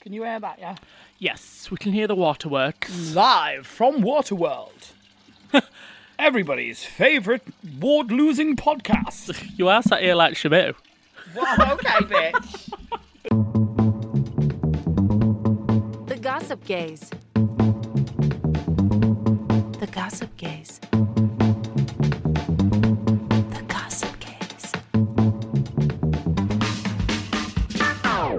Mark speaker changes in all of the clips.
Speaker 1: Can you hear that, yeah?
Speaker 2: Yes, we can hear the waterworks.
Speaker 1: Live from Waterworld. Everybody's favourite ward losing podcast.
Speaker 2: You are sat here like Shamu.
Speaker 1: well, okay, bitch.
Speaker 3: The Gossip Gaze. The Gossip Gaze. The Gossip Gaze.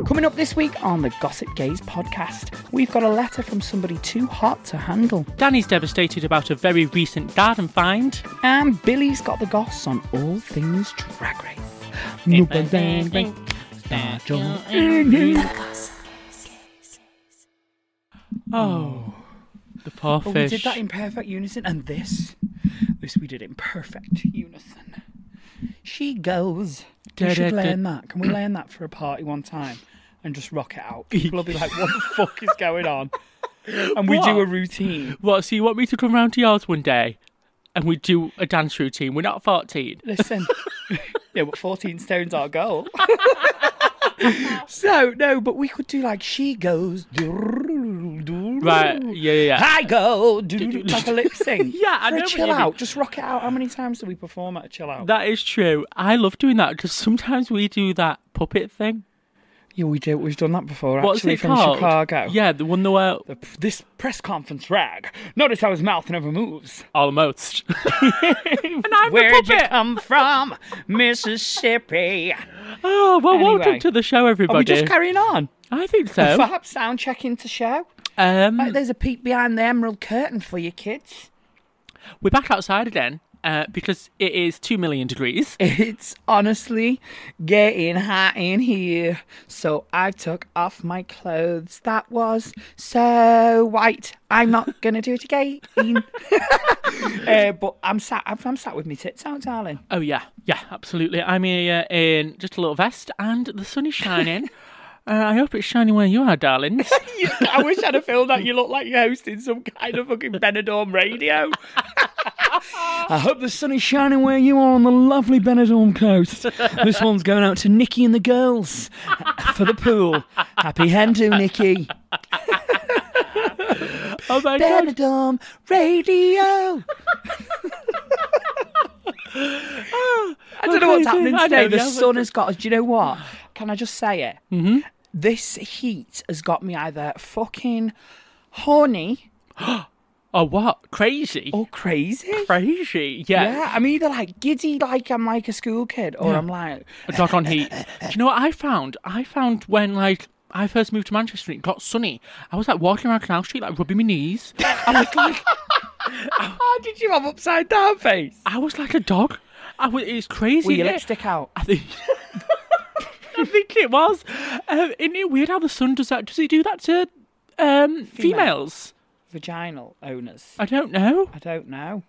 Speaker 1: Coming up this week on the Gossip Gaze podcast, we've got a letter from somebody too hot to handle.
Speaker 2: Danny's devastated about a very recent garden find.
Speaker 1: And Billy's got the goss on all things drag race. Number bang, bang. Star Jones.
Speaker 3: The Gossip Gaze.
Speaker 2: Oh, the poor
Speaker 1: Oh, we
Speaker 2: fish.
Speaker 1: did that in perfect unison, and this, this we did in perfect unison. She goes. We should
Speaker 2: Da-da-da.
Speaker 1: learn that. Can we learn that for a party one time and just rock it out? People will be like, "What the fuck is going on?" And we do a
Speaker 2: What?
Speaker 1: routine.
Speaker 2: What, so you want me to come round to yours one day and we do a dance routine? We're not 14.
Speaker 1: Listen, yeah, but fourteen stones our goal. so no, but we could do like she goes.
Speaker 2: Right, yeah, yeah, yeah.
Speaker 1: I go do like a lip sync.
Speaker 2: Yeah,
Speaker 1: For
Speaker 2: I
Speaker 1: a
Speaker 2: know what
Speaker 1: chill
Speaker 2: you mean.
Speaker 1: out. Just rock it out. How many times do we perform at a chill out?
Speaker 2: That is true. I love doing that because sometimes we do that puppet thing.
Speaker 1: Yeah, we do. We've done that before.
Speaker 2: What's
Speaker 1: actually,
Speaker 2: it
Speaker 1: from
Speaker 2: called?
Speaker 1: Chicago.
Speaker 2: Yeah, the one that where
Speaker 1: The, this press conference rag. Notice how his mouth never moves.
Speaker 2: almost. and I'm
Speaker 1: Where'd
Speaker 2: the
Speaker 1: you
Speaker 2: puppet.
Speaker 1: come from, Mississippi?
Speaker 2: Oh, well,
Speaker 1: Anyway.
Speaker 2: welcome to the show,
Speaker 1: Are we
Speaker 2: everybody.
Speaker 1: just carrying on?
Speaker 2: I think
Speaker 1: Perhaps
Speaker 2: so.
Speaker 1: sound checking to show.
Speaker 2: Um,
Speaker 1: Like, there's a peek behind the emerald curtain for you kids.
Speaker 2: We're back outside again uh, because it is two million degrees.
Speaker 1: It's honestly getting hot in here, so I took off my clothes. That was so white. I'm not gonna do it again. uh, but I'm sat. I'm, I'm sat with my tits out, darling.
Speaker 2: Oh yeah, yeah, absolutely. I'm here uh, in just a little vest, and the sun is shining. uh, I hope it's shining where you are, darlings.
Speaker 1: You- I wish I'd have filmed that. You look like you're hosting some kind of fucking Benidorm radio. I hope the sun is shining where you are on the lovely Benidorm coast. This one's going out to Nikki and the girls uh, for the pool. Happy hen do, Nikki.
Speaker 2: oh my god!
Speaker 1: Benidorm radio. I don't know what's happening
Speaker 2: I
Speaker 1: today.
Speaker 2: know,
Speaker 1: The
Speaker 2: yeah,
Speaker 1: sun has got us. Do you know what? Can I just say it? Mm-hmm. This heat has got me either fucking horny
Speaker 2: Oh what? Crazy!
Speaker 1: or crazy.
Speaker 2: Oh, Crazy! Yeah.
Speaker 1: Yeah, I'm either like giddy, like I'm like a school kid, or I'm like,
Speaker 2: A dog on heat. Oh, Do you know what I found? I found when like. I first moved to Manchester and it got sunny. I was like walking around Canal Street, like rubbing my knees. I was like,
Speaker 1: how "Oh, did you have upside down face?
Speaker 2: I was like a dog. I was, it's crazy.
Speaker 1: Will your
Speaker 2: innit?
Speaker 1: lips stick out?
Speaker 2: I think. I think it was. Um, isn't it weird how the sun does that? Does he do that to um, females?
Speaker 1: Vaginal owners.
Speaker 2: I don't know.
Speaker 1: I don't know.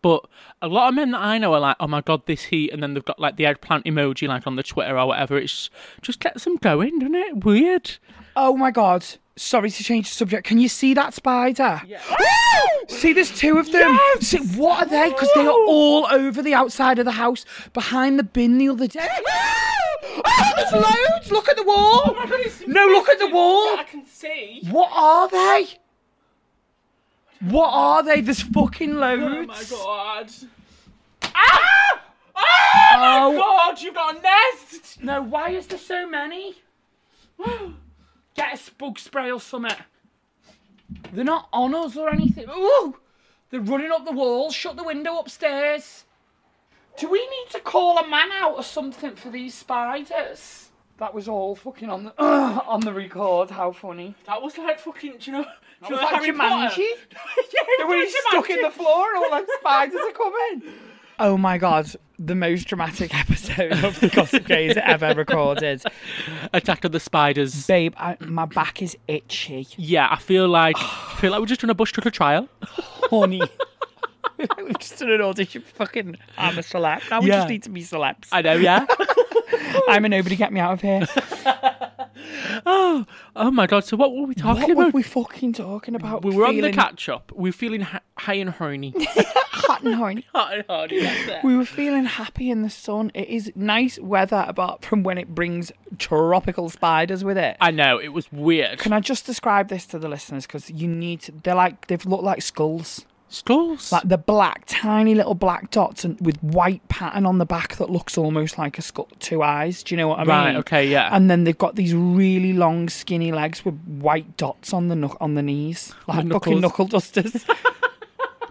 Speaker 2: But a lot of men that I know are like, oh my god, this heat, and then they've got like the eggplant emoji like on the Twitter or whatever. It's just gets them going, doesn't it? Weird.
Speaker 1: Oh my god. Sorry to change the subject. Can you see that spider? see, there's two of them.
Speaker 2: Yes!
Speaker 1: See, what are they? Because they are all over the outside of the house, behind the bin the other day. oh, there's loads. Look at the wall.
Speaker 2: Oh,
Speaker 1: no, look at the wall.
Speaker 2: can see.
Speaker 1: What are they?
Speaker 2: Oh,
Speaker 1: What are they? There's fucking loads.
Speaker 2: god.
Speaker 1: Ah! Oh.
Speaker 2: God, you've got a nest!
Speaker 1: No, why is there so many? Get a bug spray or something. They're not on us or anything. Ooh! They're running up the wall. Shut the window upstairs. Do we need to call a man out or something for these spiders? That was all fucking on the on the record. How funny!
Speaker 2: That was like fucking, do you know, do
Speaker 1: was
Speaker 2: you know
Speaker 1: like
Speaker 2: Harry Potter?
Speaker 1: Jumanji.
Speaker 2: yeah,
Speaker 1: They were
Speaker 2: it's
Speaker 1: stuck in
Speaker 2: Jumanji.
Speaker 1: the floor. All them spiders are coming. Oh my god! The most dramatic episode of the Gossip Gaze ever recorded.
Speaker 2: Attack of the Spiders.
Speaker 1: Babe, I, my back is itchy.
Speaker 2: yeah, I feel like I feel like we're just doing a bush trucker trial.
Speaker 1: Horny. we just did an audition for fucking I'm a celeb. Now we
Speaker 2: Yeah.
Speaker 1: just need to be celebs.
Speaker 2: I know, yeah.
Speaker 1: I'm a nobody, get me out of here.
Speaker 2: oh my god! So what were we talking
Speaker 1: what were
Speaker 2: about?
Speaker 1: we fucking talking about?
Speaker 2: We were on
Speaker 1: Feeling
Speaker 2: the catch up. We were feeling hi- high and horny.
Speaker 1: hot and horny.
Speaker 2: hot and horny. That's it.
Speaker 1: We were feeling happy in the sun. It is nice weather apart from when it brings tropical spiders with it.
Speaker 2: I know it was weird.
Speaker 1: Can I just describe this to the listeners? Because you need to, they're like, they've looked like skulls.
Speaker 2: Skulls.
Speaker 1: Like the black, tiny little black dots and with white pattern on the back that looks almost like a skull, two eyes. Do you know what I
Speaker 2: Right,
Speaker 1: mean?
Speaker 2: okay, yeah.
Speaker 1: And then they've got these really long, skinny legs with white dots on the knuck- on the knees, like fucking knuckle dusters.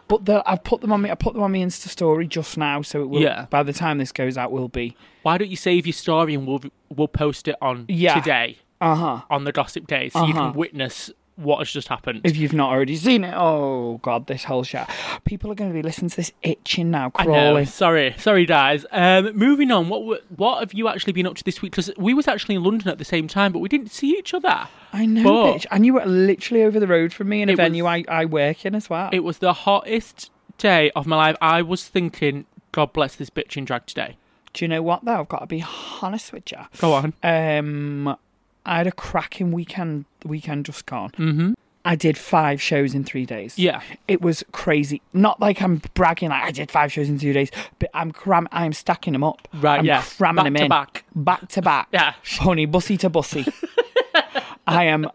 Speaker 1: but the, I've put them on me. I put them on my Insta story just now, so it will.
Speaker 2: Yeah.
Speaker 1: By the time this goes out, will be.
Speaker 2: Why don't you save your story and we'll we'll post it on
Speaker 1: Yeah. Uh-huh.
Speaker 2: today. On the gossip day, so you can witness what has just happened.
Speaker 1: If you've not already seen it, oh god, this whole shit. People are going to be listening to this itching now,
Speaker 2: I know.
Speaker 1: crawling.
Speaker 2: Sorry, sorry, guys. Um, moving on. What were- what have you actually been up to this week? Because we was actually in London at the same time, but we didn't see each other.
Speaker 1: I know,
Speaker 2: But-
Speaker 1: bitch. And you were literally over the road from me in a
Speaker 2: It was-
Speaker 1: venue I, I work in as well.
Speaker 2: It was the hottest day of my life. I was thinking, God bless this bitch in drag today.
Speaker 1: Do you know what though? I've got to be honest with you.
Speaker 2: Go on.
Speaker 1: Um, I had a cracking weekend. Weekend just gone. Mm-hmm. I did five shows in three days.
Speaker 2: Yeah.
Speaker 1: it was crazy. Not like I'm bragging like I did five shows in two days, but I'm cram. I'm stacking them up.
Speaker 2: Right,
Speaker 1: I'm
Speaker 2: yeah.
Speaker 1: cramming
Speaker 2: Back
Speaker 1: them
Speaker 2: to
Speaker 1: in
Speaker 2: back.
Speaker 1: back to back.
Speaker 2: Yeah.
Speaker 1: honey, bussy to bussy. I am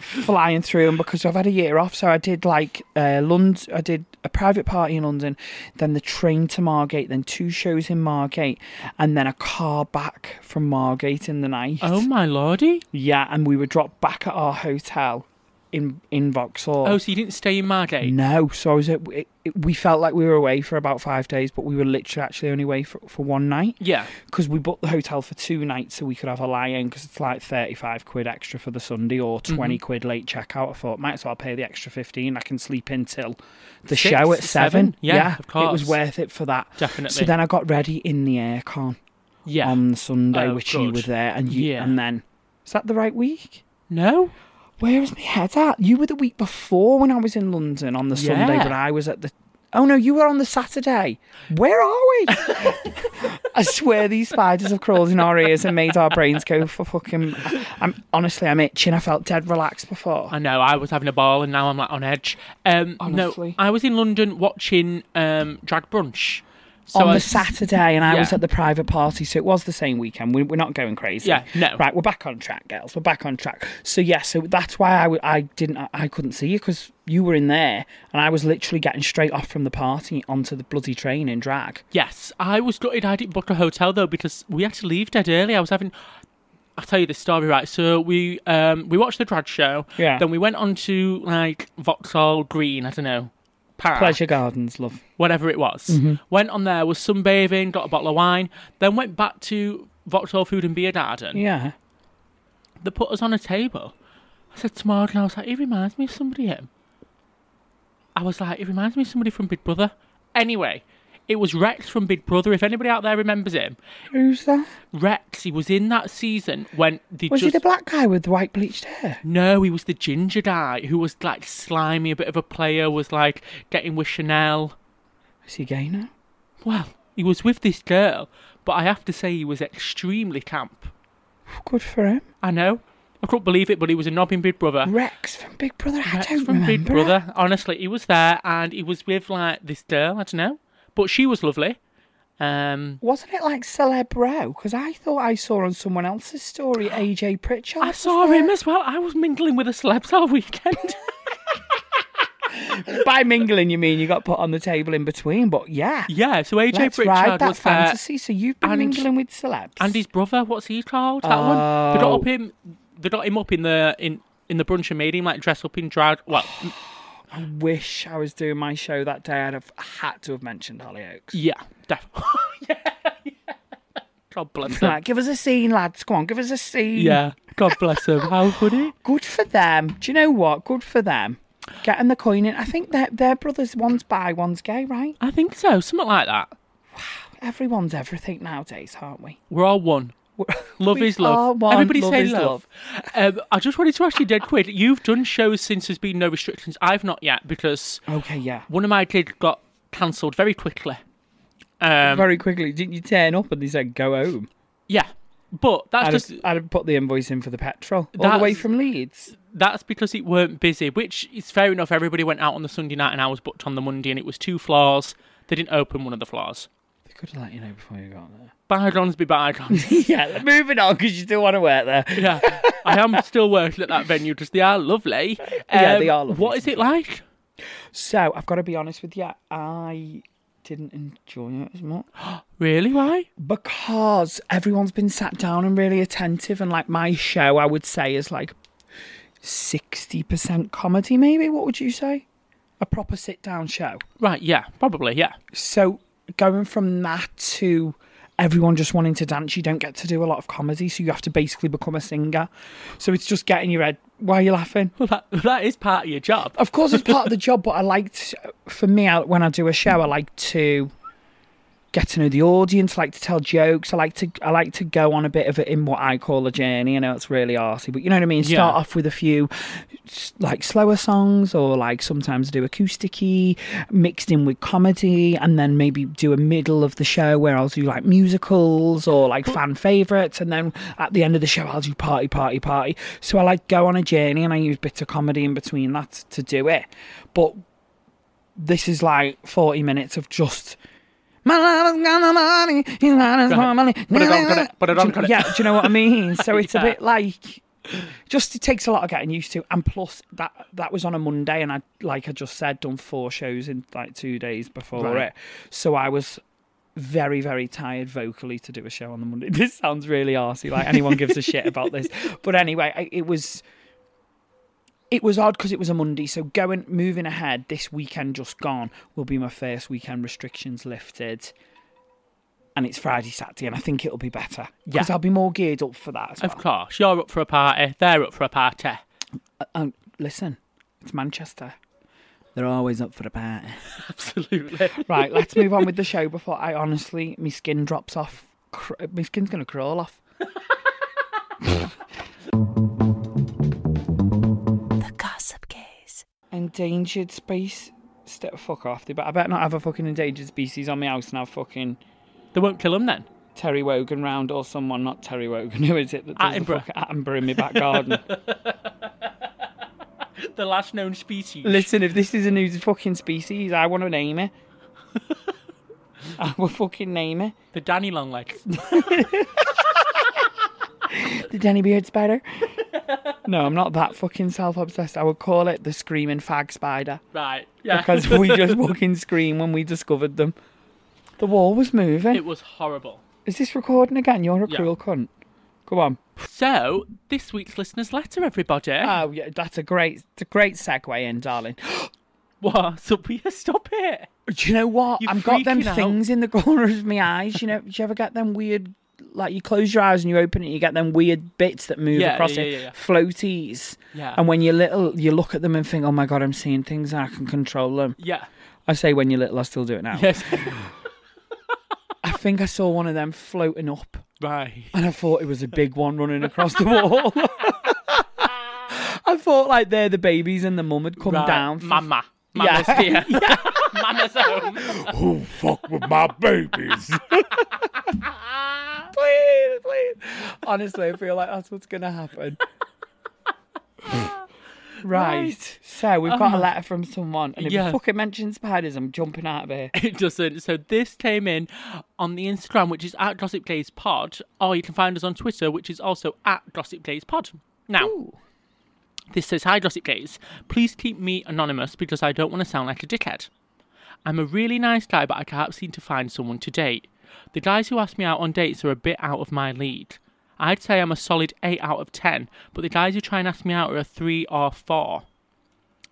Speaker 1: flying through them because I've had a year off. So I did like uh, London. I did a private party in London, then the train to Margate, then two shows in Margate, and then a car back from Margate in the night.
Speaker 2: Oh my lordy!
Speaker 1: Yeah, and we were dropped back at our hotel in in Vauxhall.
Speaker 2: Oh, so you didn't stay in Margate?
Speaker 1: No, so I was. At, it, it- we felt like we were away for about five days, but we were literally actually only away for, for one night
Speaker 2: Yeah.
Speaker 1: because we booked the hotel for two nights so we could have a lie in because it's like 35 quid extra for the Sunday or
Speaker 2: Mm-hmm.
Speaker 1: 20 quid late checkout. I thought, might as well pay the extra 15. I can sleep in till the
Speaker 2: Six,
Speaker 1: show at
Speaker 2: seven.
Speaker 1: seven.
Speaker 2: Yeah, of
Speaker 1: It was
Speaker 2: course.
Speaker 1: worth it for that.
Speaker 2: Definitely.
Speaker 1: So then I got ready in the aircon
Speaker 2: Yeah.
Speaker 1: on the Sunday,
Speaker 2: Oh,
Speaker 1: which you
Speaker 2: good.
Speaker 1: were there. And, you,
Speaker 2: Yeah.
Speaker 1: and then, is that the right week?
Speaker 2: no.
Speaker 1: Where is my head at? You were the week before when I was in London on the Sunday,
Speaker 2: Yeah.
Speaker 1: but I was at the. Oh no, you were on the Saturday. Where are we? I swear these spiders have crawled in our ears and made our brains go for fucking. I'm honestly, I'm itching. I felt dead relaxed before.
Speaker 2: I know. I was having a ball, and now I'm like on edge. Um,
Speaker 1: Honestly.
Speaker 2: no, I was in London watching um, drag brunch. So
Speaker 1: on
Speaker 2: I
Speaker 1: the
Speaker 2: was-
Speaker 1: Saturday, and I was
Speaker 2: Yeah.
Speaker 1: at the private party, so it was the same weekend. We, we're not going crazy.
Speaker 2: Yeah, no.
Speaker 1: Right, we're back on track, girls. We're back on track. So yeah, so that's why I, w- I didn't I, I couldn't see you because you were in there, and I was literally getting straight off from the party onto the bloody train in drag.
Speaker 2: Yes, I was gutted. I didn't book a hotel though because we had to leave dead early. I was having. I'll tell you the story, right? So we um we watched the drag show.
Speaker 1: Yeah.
Speaker 2: Then we went on to like Vauxhall Green. I don't know. Para,
Speaker 1: Pleasure Mm-hmm. Gardens, love.
Speaker 2: whatever it was. Went on there, was sunbathing, got a bottle of wine, then went back to Vauxhall Food and Beer Garden.
Speaker 1: Yeah.
Speaker 2: They put us on a table. I said to Morgan, I was like, he reminds me of somebody, him. I was like, he reminds me of somebody from Big Brother. Anyway, it was Rex from Big Brother. If anybody out there remembers him,
Speaker 1: Who's that?
Speaker 2: Rex, he was in that season when the
Speaker 1: Was
Speaker 2: just...
Speaker 1: he the black guy with the white bleached hair?
Speaker 2: No, he was the ginger guy who was like slimy, a bit of a player, was like getting with Chanel.
Speaker 1: Is he gay now?
Speaker 2: Well, he was with this girl, but I have to say he was extremely camp.
Speaker 1: Good for him.
Speaker 2: I know. I couldn't believe it, but he was a knobbing Big Brother.
Speaker 1: Rex from Big Brother. I
Speaker 2: Uh, Rex
Speaker 1: don't
Speaker 2: from
Speaker 1: remember.
Speaker 2: Big
Speaker 1: it.
Speaker 2: Brother. Honestly, he was there and he was with like this girl, I don't know. But she was lovely. Um
Speaker 1: Wasn't it like Celebro? Because I thought I saw on someone else's story AJ Pritchard.
Speaker 2: I
Speaker 1: was
Speaker 2: saw
Speaker 1: there.
Speaker 2: him as well. I was mingling with the celebs all weekend.
Speaker 1: By mingling, you mean you got put on the table in between, but yeah.
Speaker 2: Yeah, so AJ
Speaker 1: Let's
Speaker 2: Pritchard
Speaker 1: ride that
Speaker 2: was there,
Speaker 1: fantasy. So you've been
Speaker 2: and-
Speaker 1: mingling with celebs.
Speaker 2: and his brother. What's he called? That one. They got
Speaker 1: Oh.
Speaker 2: up him. They got him up in the in in the brunch and made him like dress up in drag. Well,
Speaker 1: wish I was doing my show that day. I'd have had to have mentioned Hollyoaks.
Speaker 2: yeah, definitely. yeah, yeah. God bless him.
Speaker 1: Like, give us a scene, lads. Come on, give us a scene.
Speaker 2: Yeah, God bless him. How could he?
Speaker 1: Good for them. Do you know what? Good for them. Getting the coin in. I think their their brothers. One's bi, one's gay, right?
Speaker 2: I think so. Something like that.
Speaker 1: Everyone's everything nowadays, aren't we?
Speaker 2: We're all one. Love
Speaker 1: We
Speaker 2: is love.
Speaker 1: are one.
Speaker 2: Everybody
Speaker 1: Love
Speaker 2: say
Speaker 1: is
Speaker 2: love. Um, I just wanted to ask you, Dead Quid. You've done shows since there's been no restrictions. I've not yet because
Speaker 1: Okay, yeah.
Speaker 2: one of my kids got cancelled very quickly. Um,
Speaker 1: Very quickly, didn't you turn up and they said go home?
Speaker 2: yeah, but that's
Speaker 1: I'd
Speaker 2: just
Speaker 1: have, I'd have put the invoice in for the petrol all
Speaker 2: That's-
Speaker 1: the way from Leeds.
Speaker 2: that's because it weren't busy, which is fair enough. Everybody went out on the Sunday night, and I was booked on the Monday, and it was two floors. They didn't open one of the floors.
Speaker 1: They could have let you know before you got there.
Speaker 2: Bygones be bygones.
Speaker 1: yeah, moving on because you still want to work there.
Speaker 2: yeah, I am still working at that venue because they are lovely. Um,
Speaker 1: Yeah, they are lovely,
Speaker 2: What is it like?
Speaker 1: So I've got to be honest with you, I didn't enjoy it as much
Speaker 2: Really? Why?
Speaker 1: because everyone's been sat down and really attentive, and like my show, I would say is like sixty percent comedy, maybe. What would you say? A proper sit down show.
Speaker 2: Right. Yeah. Probably. Yeah.
Speaker 1: So going from that to everyone just wanting to dance, you don't get to do a lot of comedy, so you have to basically become a singer. So it's just getting your head. Why are you laughing?
Speaker 2: Well, that, that is part of your job.
Speaker 1: Of course, it's part of the job, but I like to, for me I, when I do a show, I like to get to know the audience. I like to tell jokes. I like to I like to go on a bit of it in what I call a journey. I know it's really arty, but you know what I mean. Start
Speaker 2: Yeah.
Speaker 1: off with a few s- like slower songs, or like sometimes do acousticy mixed in with comedy, and then maybe do a middle of the show where I'll do like musicals or like fan favorites, and then at the end of the show I'll do party, party, party. So I like go on a journey, and I use bits of comedy in between that to do it. But this is like 40 minutes of just my love has got no money, his love has got money.
Speaker 2: But I don't got it, but I don't got it.
Speaker 1: Yeah, do you know what I mean? So it's
Speaker 2: Yeah.
Speaker 1: a bit like just it takes a lot of getting used to and plus that that was on a Monday and I like I just said done four shows in like 2 days before
Speaker 2: Right.
Speaker 1: it. So I was very very tired vocally to do a show on the Monday. This sounds really arsey like anyone gives a shit about this. But anyway, I, it was it was odd because it was a Monday. So going moving ahead, this weekend just gone will be my first weekend restrictions lifted, and it's Friday, Saturday, and I think it'll be better because
Speaker 2: Yeah.
Speaker 1: I'll be more geared up for that. As well.
Speaker 2: Of course, you're up for a party. They're up for a party.
Speaker 1: Um, listen, it's Manchester. They're always up for a party.
Speaker 2: Absolutely.
Speaker 1: Right, let's move on with the show before I honestly, my skin drops off. Cr- my skin's gonna crawl off.
Speaker 3: The Gossip Gaze.
Speaker 1: Endangered space. Step fuck off, dude, but I better not have a fucking endangered species on my house now. Fucking.
Speaker 2: They won't kill him then.
Speaker 1: Terry Wogan round or someone, not Terry Wogan, who is it that does
Speaker 2: Attenborough.
Speaker 1: the fuck Attenborough in my back garden?
Speaker 2: The last known species.
Speaker 1: Listen, if this is a new fucking species, I want to name it. I will fucking name it.
Speaker 2: The Danny Longlegs.
Speaker 1: The Danny Beard Spider. No, I'm not that fucking self obsessed. I would call it the Screaming Fag Spider
Speaker 2: right. Yeah.
Speaker 1: because we just fucking scream when we discovered them. The wall was moving.
Speaker 2: it was horrible.
Speaker 1: Is this recording again? You're a
Speaker 2: Yeah.
Speaker 1: cruel cunt. Go on.
Speaker 2: So, this week's listener's letter, everybody.
Speaker 1: Oh, yeah, that's a great, it's a great segue in, darling.
Speaker 2: what? Sophia, stop it.
Speaker 1: Do you know what?
Speaker 2: You're
Speaker 1: I've got them
Speaker 2: freaking out.
Speaker 1: things in the corners of my eyes. You know, do you ever get them weird? Like you close your eyes and you open it, you get them weird bits that move
Speaker 2: Yeah,
Speaker 1: across
Speaker 2: yeah,
Speaker 1: it,
Speaker 2: yeah, yeah.
Speaker 1: floaties.
Speaker 2: Yeah.
Speaker 1: And when you're little, you look at them and think, "Oh my god, I'm seeing things and I can control them."
Speaker 2: Yeah.
Speaker 1: I say when you're little, I still do it now.
Speaker 2: Yes.
Speaker 1: I think I saw one of them floating up,
Speaker 2: right.
Speaker 1: and I thought it was a big one running across the wall. I thought like they're the babies and the mum had come
Speaker 2: Right.
Speaker 1: down. for-
Speaker 2: Mama. Mama's
Speaker 1: Yeah.
Speaker 2: here. Mama's home.
Speaker 1: Who fuck with my babies? please, please. Honestly, I feel like that's what's gonna happen. right. Oh
Speaker 2: Right.
Speaker 1: So we've got a letter from someone, and if
Speaker 2: Yeah.
Speaker 1: you fucking mention spiders, I'm jumping out of here.
Speaker 2: It doesn't. So this came in on the Instagram, which is at Gossip Days Pod, or you can find us on Twitter, which is also at Gossip Days Pod. Now, This says, Hi, Gossip Gaze. Please keep me anonymous because I don't want to sound like a dickhead. I'm a really nice guy, but I can't seem to find someone to date. The guys who ask me out on dates are a bit out of my league. I'd say I'm a solid 8 out of 10, but the guys who try and ask me out are a 3 or 4.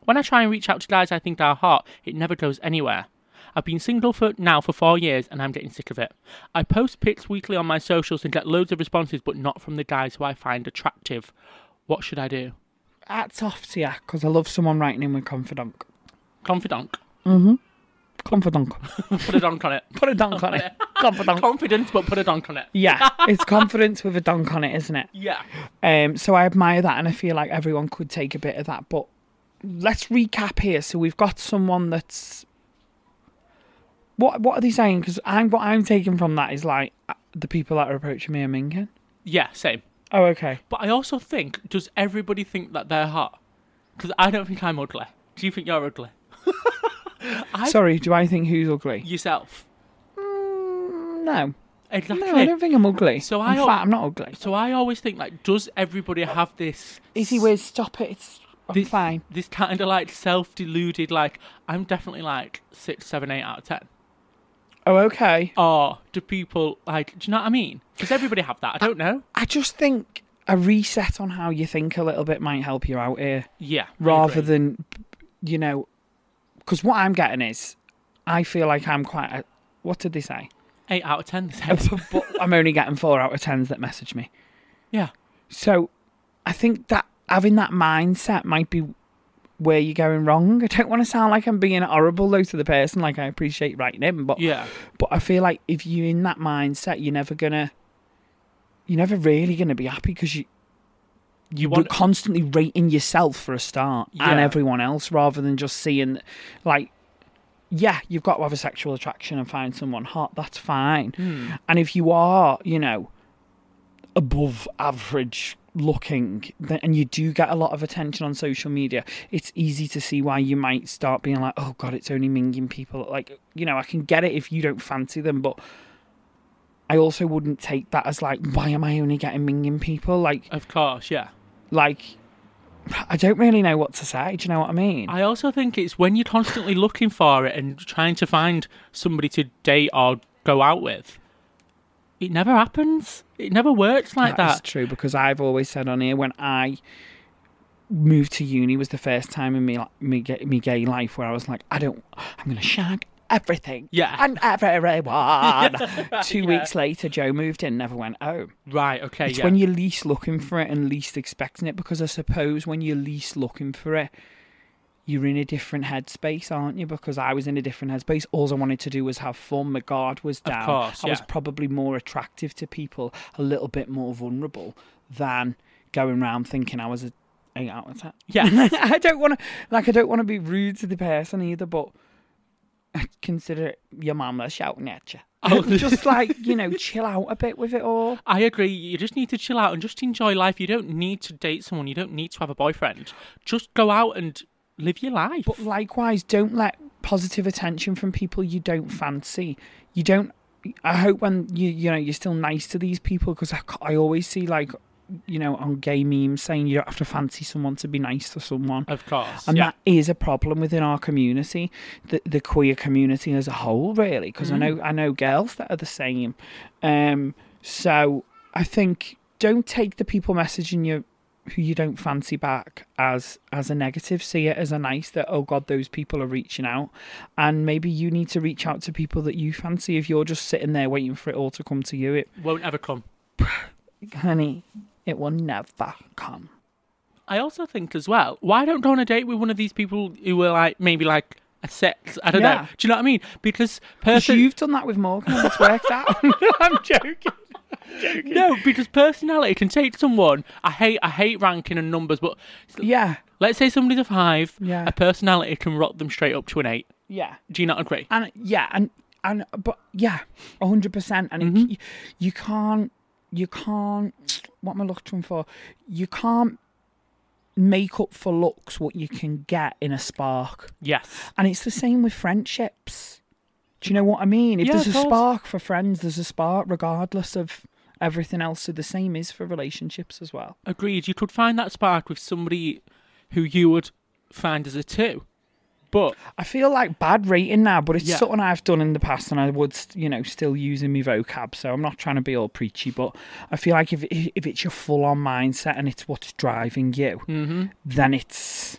Speaker 2: When I try and reach out to guys I think are hot, it never goes anywhere. I've been single for now for four years and I'm getting sick of it. I post pics weekly on my socials and get loads of responses, but not from the guys who I find attractive. What should I do?
Speaker 1: That's off to you, because I love someone writing in with confidant.
Speaker 2: Confidant.
Speaker 1: Confidant.
Speaker 2: Put a donk on it.
Speaker 1: Put a donk on it. Confidant.
Speaker 2: Confidence, but put a donk on it.
Speaker 1: yeah, it's confidence with a donk on it, isn't it?
Speaker 2: Yeah.
Speaker 1: Um, so I admire that, and I feel like everyone could take a bit of that. But let's recap here. So we've got someone that's what? What are they saying? Because I'm what I'm taking from that is like uh, the people that are approaching me are minking.
Speaker 2: Yeah, same.
Speaker 1: Oh, okay.
Speaker 2: But I also think, does everybody think that they're hot? Because I don't think I'm ugly. Do you think you're ugly? I-
Speaker 1: Sorry, do I think who's ugly?
Speaker 2: Yourself.
Speaker 1: No,
Speaker 2: Exactly.
Speaker 1: no, I don't think I'm ugly.
Speaker 2: So
Speaker 1: So
Speaker 2: I
Speaker 1: I'm
Speaker 2: al-
Speaker 1: fat. I'm not ugly.
Speaker 2: So I always think, like, does everybody have this?
Speaker 1: Easy ways. Stop it. It's I'm
Speaker 2: this,
Speaker 1: fine.
Speaker 2: This kind of like self-deluded, like I'm definitely like six, seven, eight out of ten.
Speaker 1: Oh, okay.
Speaker 2: Or do people like? Do you know what I mean? Does everybody have that? I don't know.
Speaker 1: I just think a reset on how you think a little bit might help you out here.
Speaker 2: Yeah. I
Speaker 1: rather
Speaker 2: agree.
Speaker 1: than you know because what i'm getting is i feel like i'm quite a, what did they say
Speaker 2: eight out of ten. They said.
Speaker 1: but i'm only getting four out of tens that message me
Speaker 2: yeah.
Speaker 1: so i think that having that mindset might be where you're going wrong i don't want to sound like i'm being horrible though to the person like i appreciate writing in but
Speaker 2: Yeah.
Speaker 1: but i feel like if you're in that mindset you're never gonna you're never really gonna be happy because you
Speaker 2: You
Speaker 1: you're
Speaker 2: want?
Speaker 1: constantly rating yourself for a start and
Speaker 2: Yeah.
Speaker 1: everyone else rather than just seeing like yeah you've got to have a sexual attraction and find someone hot that's fine
Speaker 2: Hmm.
Speaker 1: and if you are you know above average looking th- and you do get a lot of attention on social media it's easy to see why you might start being like oh god it's only minging people like you know i can get it if you don't fancy them but i also wouldn't take that as like why am i only getting minging people like
Speaker 2: Of course. Yeah.
Speaker 1: like I don't really know what to say. Do you know what I mean?
Speaker 2: I also think it's when you're constantly looking for it and trying to find somebody to date or go out with. It never happens. It never works like
Speaker 1: That
Speaker 2: that.
Speaker 1: is true because I've always said on here when I moved to uni was the first time in me me, ga- me gay life where I was like, I don't, I'm gonna shag everything,
Speaker 2: Yeah.
Speaker 1: and everyone. Two weeks later, Joe moved in, never went home.
Speaker 2: Right. Okay.
Speaker 1: It's
Speaker 2: yeah.
Speaker 1: when you're least looking for it and least expecting it, because I suppose when you're least looking for it, you're in a different headspace, aren't you? Because I was in a different headspace. All I wanted to do was have fun. My guard was down.
Speaker 2: course,
Speaker 1: I was
Speaker 2: yeah.
Speaker 1: probably more attractive to people, a little bit more vulnerable than going round thinking I was a eight out of ten.
Speaker 2: Yeah.
Speaker 1: I don't want to, like, I don't want to be rude to the person either, but consider it your mama shouting at you.
Speaker 2: Oh.
Speaker 1: Just like you know, chill out a bit with it all.
Speaker 2: I agree. You just need to chill out and just enjoy life. You don't need to date someone. You don't need to have a boyfriend. Just go out and live your life.
Speaker 1: But likewise, don't let positive attention from people you don't fancy. You don't. I hope when you you know you're still nice to these people because I, c- I always see like you know on gay memes saying you don't have to fancy someone to be nice to someone.
Speaker 2: of course.
Speaker 1: And
Speaker 2: yeah.
Speaker 1: that is a problem within our community, the, the queer community as a whole, really. Because I know I know girls that are the same. Um, so I think don't take the people messaging you who you don't fancy back as as a negative. See it as a nice that oh god those people are reaching out, and maybe you need to reach out to people that you fancy. If you're just sitting there waiting for it all to come to you, it
Speaker 2: won't ever come.
Speaker 1: honey, it will never come.
Speaker 2: I also think as well, why don't go on a date with one of these people who were like maybe like a six? I don't know.
Speaker 1: Yeah.
Speaker 2: Do you know what I mean? Because
Speaker 1: 'Cause
Speaker 2: person
Speaker 1: You've done that with Morgan. and It's worked out. I'm joking.
Speaker 2: no, because personality can take someone. I hate I hate ranking and numbers, but
Speaker 1: Yeah.
Speaker 2: let's say somebody's a five.
Speaker 1: Yeah.
Speaker 2: A personality can rot them straight up to an eight.
Speaker 1: Yeah.
Speaker 2: Do you not agree?
Speaker 1: And yeah, and and but yeah, a hundred percent. And it, you, you can't, you can't. What am I looking for? You can't make up for looks what you can get in a spark.
Speaker 2: Yes.
Speaker 1: And it's the same with friendships. Do you know what I mean? If
Speaker 2: Yeah,
Speaker 1: there's a
Speaker 2: of course.
Speaker 1: spark for friends, there's a spark regardless of everything else. So the same is for relationships as well.
Speaker 2: Agreed. You could find that spark with somebody who you would find as a two. But
Speaker 1: I feel like bad rating now, but it's
Speaker 2: Yeah.
Speaker 1: something I've done in the past, and I would, st- you know, still using my vocab. So I'm not trying to be all preachy, but I feel like if if if it's your full on mindset and it's what's driving you,
Speaker 2: Mm-hmm.
Speaker 1: then it's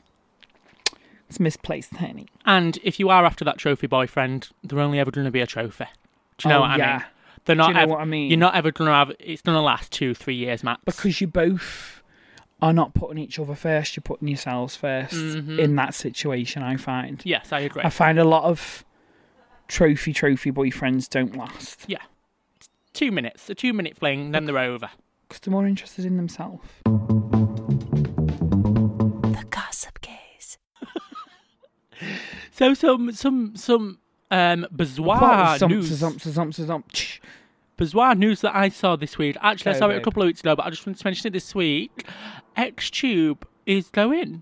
Speaker 1: it's misplaced, honey.
Speaker 2: and if you are after that trophy boyfriend, they're only ever going to be a trophy. Do you know
Speaker 1: Oh,
Speaker 2: what I
Speaker 1: yeah.
Speaker 2: mean? They're not.
Speaker 1: you know
Speaker 2: ev-
Speaker 1: what I mean?
Speaker 2: You're not ever going to have. It's going to last two, three years max.
Speaker 1: because you both are not putting each other first. You're putting yourselves 1st
Speaker 2: Mm-hmm.
Speaker 1: in that situation. I find.
Speaker 2: yes, I agree.
Speaker 1: I find a lot of trophy trophy boyfriends don't last
Speaker 2: yeah, two minutes, a two-minute fling, then they're over.
Speaker 1: because they're more interested in themselves.
Speaker 3: The Gossip Gaze.
Speaker 2: So some some some um
Speaker 1: Wow,
Speaker 2: bizarre
Speaker 1: zump,
Speaker 2: news
Speaker 1: zump, zump, zump, tsh.
Speaker 2: bizarre news that I saw this week. Actually, I
Speaker 1: Go,
Speaker 2: saw it a
Speaker 1: babe.
Speaker 2: couple of weeks ago, but I just wanted to mention it this week. XTube is going.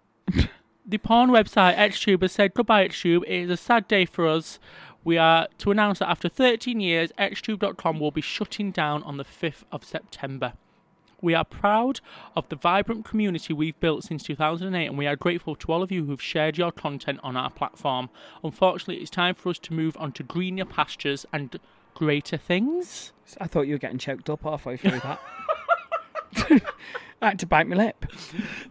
Speaker 2: the porn website XTube has said goodbye. XTube it is a sad day for us. We are to announce that after 13 years, XTube.com will be shutting down on the 5th of September. We are proud of the vibrant community we've built since 2008, and we are grateful to all of you who've shared your content on our platform. Unfortunately, it's time for us to move on to greener pastures and greater things.
Speaker 1: I thought you were getting choked up halfway through that. I had to bite my lip.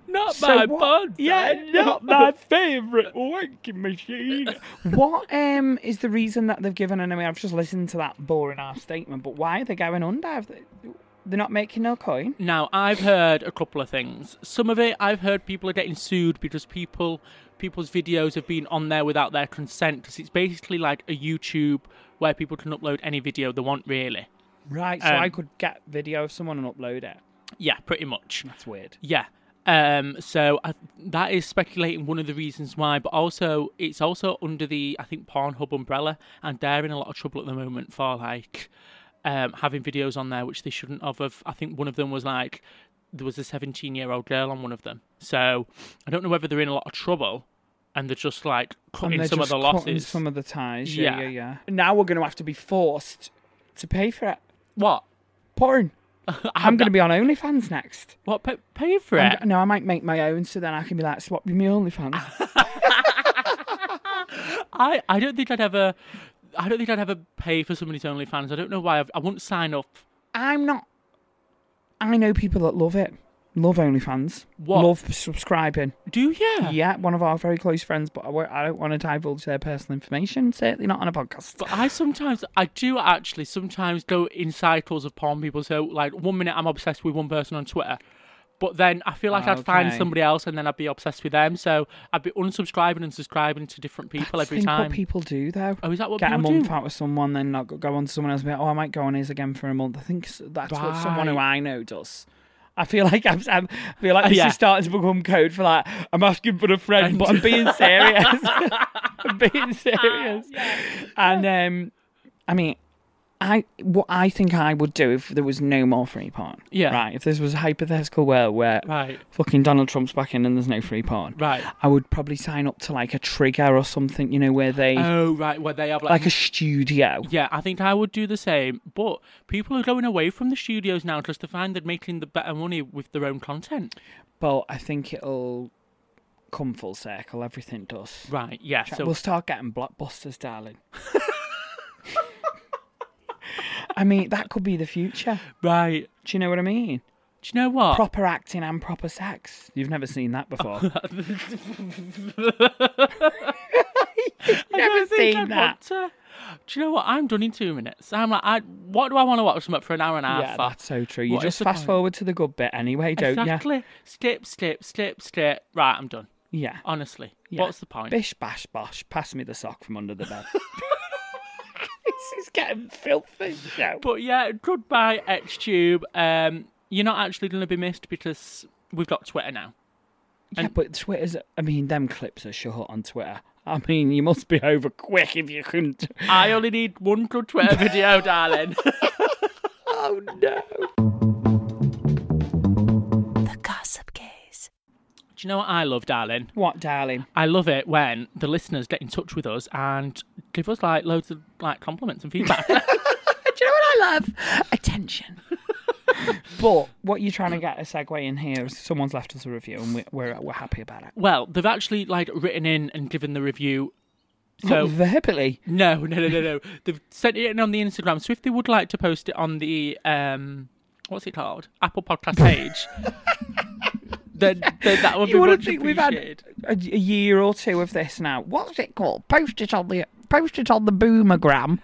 Speaker 2: Not
Speaker 1: So
Speaker 2: my
Speaker 1: what-
Speaker 2: buds.
Speaker 1: yeah,
Speaker 2: I
Speaker 1: not
Speaker 2: know.
Speaker 1: my favourite wanking machine. what um is the reason that they've given? And I mean, I've just listened to that boring ass statement, but why are they going under? Have they- They're not making no coin.
Speaker 2: Now, I've heard a couple of things. Some of it, I've heard people are getting sued because people people's videos have been on there without their consent because it's basically like a YouTube where people can upload any video they want, really.
Speaker 1: Right, so
Speaker 2: Um,
Speaker 1: I could get video of someone and upload it.
Speaker 2: Yeah, pretty much.
Speaker 1: That's weird.
Speaker 2: Yeah. Um, so I, that is speculating one of the reasons why, but also it's also under the I think Pornhub umbrella, and they're in a lot of trouble at the moment for like um, having videos on there which they shouldn't have. of. I think one of them was like there was a 17 year old girl on one of them. So I don't know whether they're in a lot of trouble and they're just like
Speaker 1: And
Speaker 2: cutting
Speaker 1: they're
Speaker 2: some of
Speaker 1: just
Speaker 2: the
Speaker 1: cutting
Speaker 2: losses.
Speaker 1: some of the ties. Yeah,
Speaker 2: Yeah.
Speaker 1: yeah, yeah. Now we're going to have to be forced to pay for it.
Speaker 2: What?
Speaker 1: Porn. I'm going to
Speaker 2: to
Speaker 1: be on OnlyFans next.
Speaker 2: what pay, pay for
Speaker 1: I'm
Speaker 2: it?
Speaker 1: go- no, I might make my own, so then I can be like, swap with me OnlyFans.
Speaker 2: I, I don't think I'd ever. I don't think I'd ever pay for somebody's OnlyFans. I don't know why. I've, I wouldn't sign up
Speaker 1: I'm not. I know people that love it, love OnlyFans,
Speaker 2: What?
Speaker 1: love subscribing.
Speaker 2: Do you?
Speaker 1: Yeah, one of our very close friends, but I, won't- I don't want to divulge their personal information. Certainly not on a podcast.
Speaker 2: But I sometimes, I do actually sometimes go in cycles of porn people. So, like, one minute I'm obsessed with one person on Twitter, but then I feel like I'd find
Speaker 1: Okay.
Speaker 2: somebody else and then I'd be obsessed with them. So, I'd be unsubscribing and subscribing to different people
Speaker 1: That's, I
Speaker 2: every
Speaker 1: think
Speaker 2: time.
Speaker 1: what people do though.
Speaker 2: Oh, is that what
Speaker 1: Get a
Speaker 2: people
Speaker 1: month
Speaker 2: do?
Speaker 1: out with someone, then not go, go on to someone else. And be like, oh, I might go on his again for a month. I think s- that's what someone who I know does. I feel like I'm, I'm I feel like this
Speaker 2: Oh, Yeah.
Speaker 1: is starting to become code for like I'm asking for a friend, but I'm being serious. I'm being serious. And um, I mean, I what I think I would do if there was no more free porn.
Speaker 2: Yeah.
Speaker 1: Right. If this was a hypothetical world where
Speaker 2: Right.
Speaker 1: fucking Donald Trump's back in and there's no free porn.
Speaker 2: Right.
Speaker 1: I would probably sign up to like a trigger or something, you know, where they
Speaker 2: Oh, right. Where they have like.
Speaker 1: like a studio.
Speaker 2: yeah, I think I would do the same. But people are going away from the studios now just to find they're making the better money with their own content.
Speaker 1: But I think it'll come full circle. Everything does.
Speaker 2: Right. Yeah. So.
Speaker 1: we'll start getting blockbusters, darling. I mean, that could be the future.
Speaker 2: Right.
Speaker 1: Do you know what I mean?
Speaker 2: Do you know what?
Speaker 1: Proper acting and proper sex. You've never seen that before.
Speaker 2: I
Speaker 1: never
Speaker 2: don't think
Speaker 1: seen
Speaker 2: I'd
Speaker 1: that.
Speaker 2: want to. Do you know what? I'm done in two minutes. I'm like, I, what do I want to watch something for an hour and a half?
Speaker 1: Yeah,
Speaker 2: for?
Speaker 1: that's so true. You
Speaker 2: Ah, What is
Speaker 1: just
Speaker 2: the
Speaker 1: fast
Speaker 2: point?
Speaker 1: forward to the good bit anyway, don't
Speaker 2: exactly. Skip, skip, skip, skip. Right, I'm done.
Speaker 1: you? Yeah.
Speaker 2: Honestly,
Speaker 1: Yeah.
Speaker 2: what's the point?
Speaker 1: Bish bash bosh. Pass me the sock from under the bed. this is getting filthy. No.
Speaker 2: But yeah, goodbye XTube. Um, you're not actually going to be missed because we've got Twitter now.
Speaker 1: yeah, but Twitter's. I mean, them clips are short on Twitter. I mean, you must be over quick if you couldn't.
Speaker 2: I only need one good Twitter video, darling.
Speaker 1: Oh no.
Speaker 3: The Gossip Gaze.
Speaker 2: Do you know what I love, darling?
Speaker 1: What, darling?
Speaker 2: I love it when the listeners get in touch with us and give us like loads of like compliments and feedback.
Speaker 1: Do you know what I love? Attention. But what you're trying to get a segue in here is someone's left us a review and we- we're we're happy about it.
Speaker 2: Well, they've actually like written in and given the review.
Speaker 1: Not
Speaker 2: So
Speaker 1: verbally,
Speaker 2: no, no, no, no, no. They've sent it in on the Instagram. So if they would like to post it on the um, what's it called, Apple Podcast page, then, then that would
Speaker 1: you
Speaker 2: be
Speaker 1: wouldn't
Speaker 2: much
Speaker 1: think we've had a,
Speaker 2: appreciated.
Speaker 1: a year or two of this now. What's it called? Post it on the post it on the boomergram.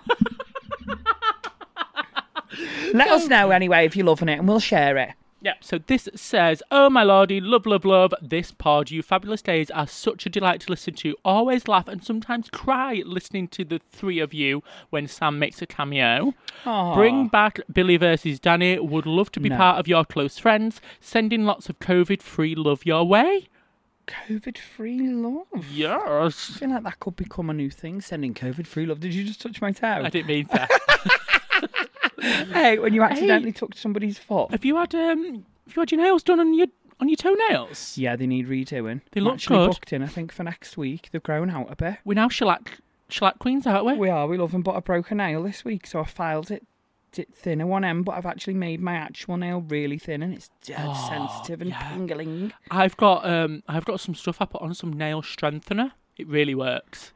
Speaker 1: Let us know anyway if you're loving it, and we'll share it.
Speaker 2: Yeah, so this says, Oh my lordy, love, love, love, this pod, you fabulous days are such a delight to listen to. Always laugh and sometimes cry listening to the three of you when Sam makes a cameo. Bring back Billy versus Danny. Would love to be
Speaker 1: No.
Speaker 2: part of your close friends. Sending lots of COVID free love your way.
Speaker 1: COVID-free love. I
Speaker 2: Yes.
Speaker 1: feel like that could become a new thing. Sending COVID-free love. Did you just touch my toe?
Speaker 2: I didn't mean that.
Speaker 1: Hey, when you accidentally touched somebody's foot.
Speaker 2: have you had um have you had your nails done on your on your toenails?
Speaker 1: Yeah, they need redoing.
Speaker 2: They
Speaker 1: I'm
Speaker 2: look
Speaker 1: actually
Speaker 2: good.
Speaker 1: booked in, I think, for next week. They've grown out a bit.
Speaker 2: We're now shellac shellac queens, aren't we?
Speaker 1: We are. We love them, but I broke a nail this week, so I filed it, it thinner one end, but I've actually made my actual nail really thin, and it's dead
Speaker 2: Oh,
Speaker 1: sensitive and pingling.
Speaker 2: I've got um I've got some stuff I put on some nail strengthener. It really works.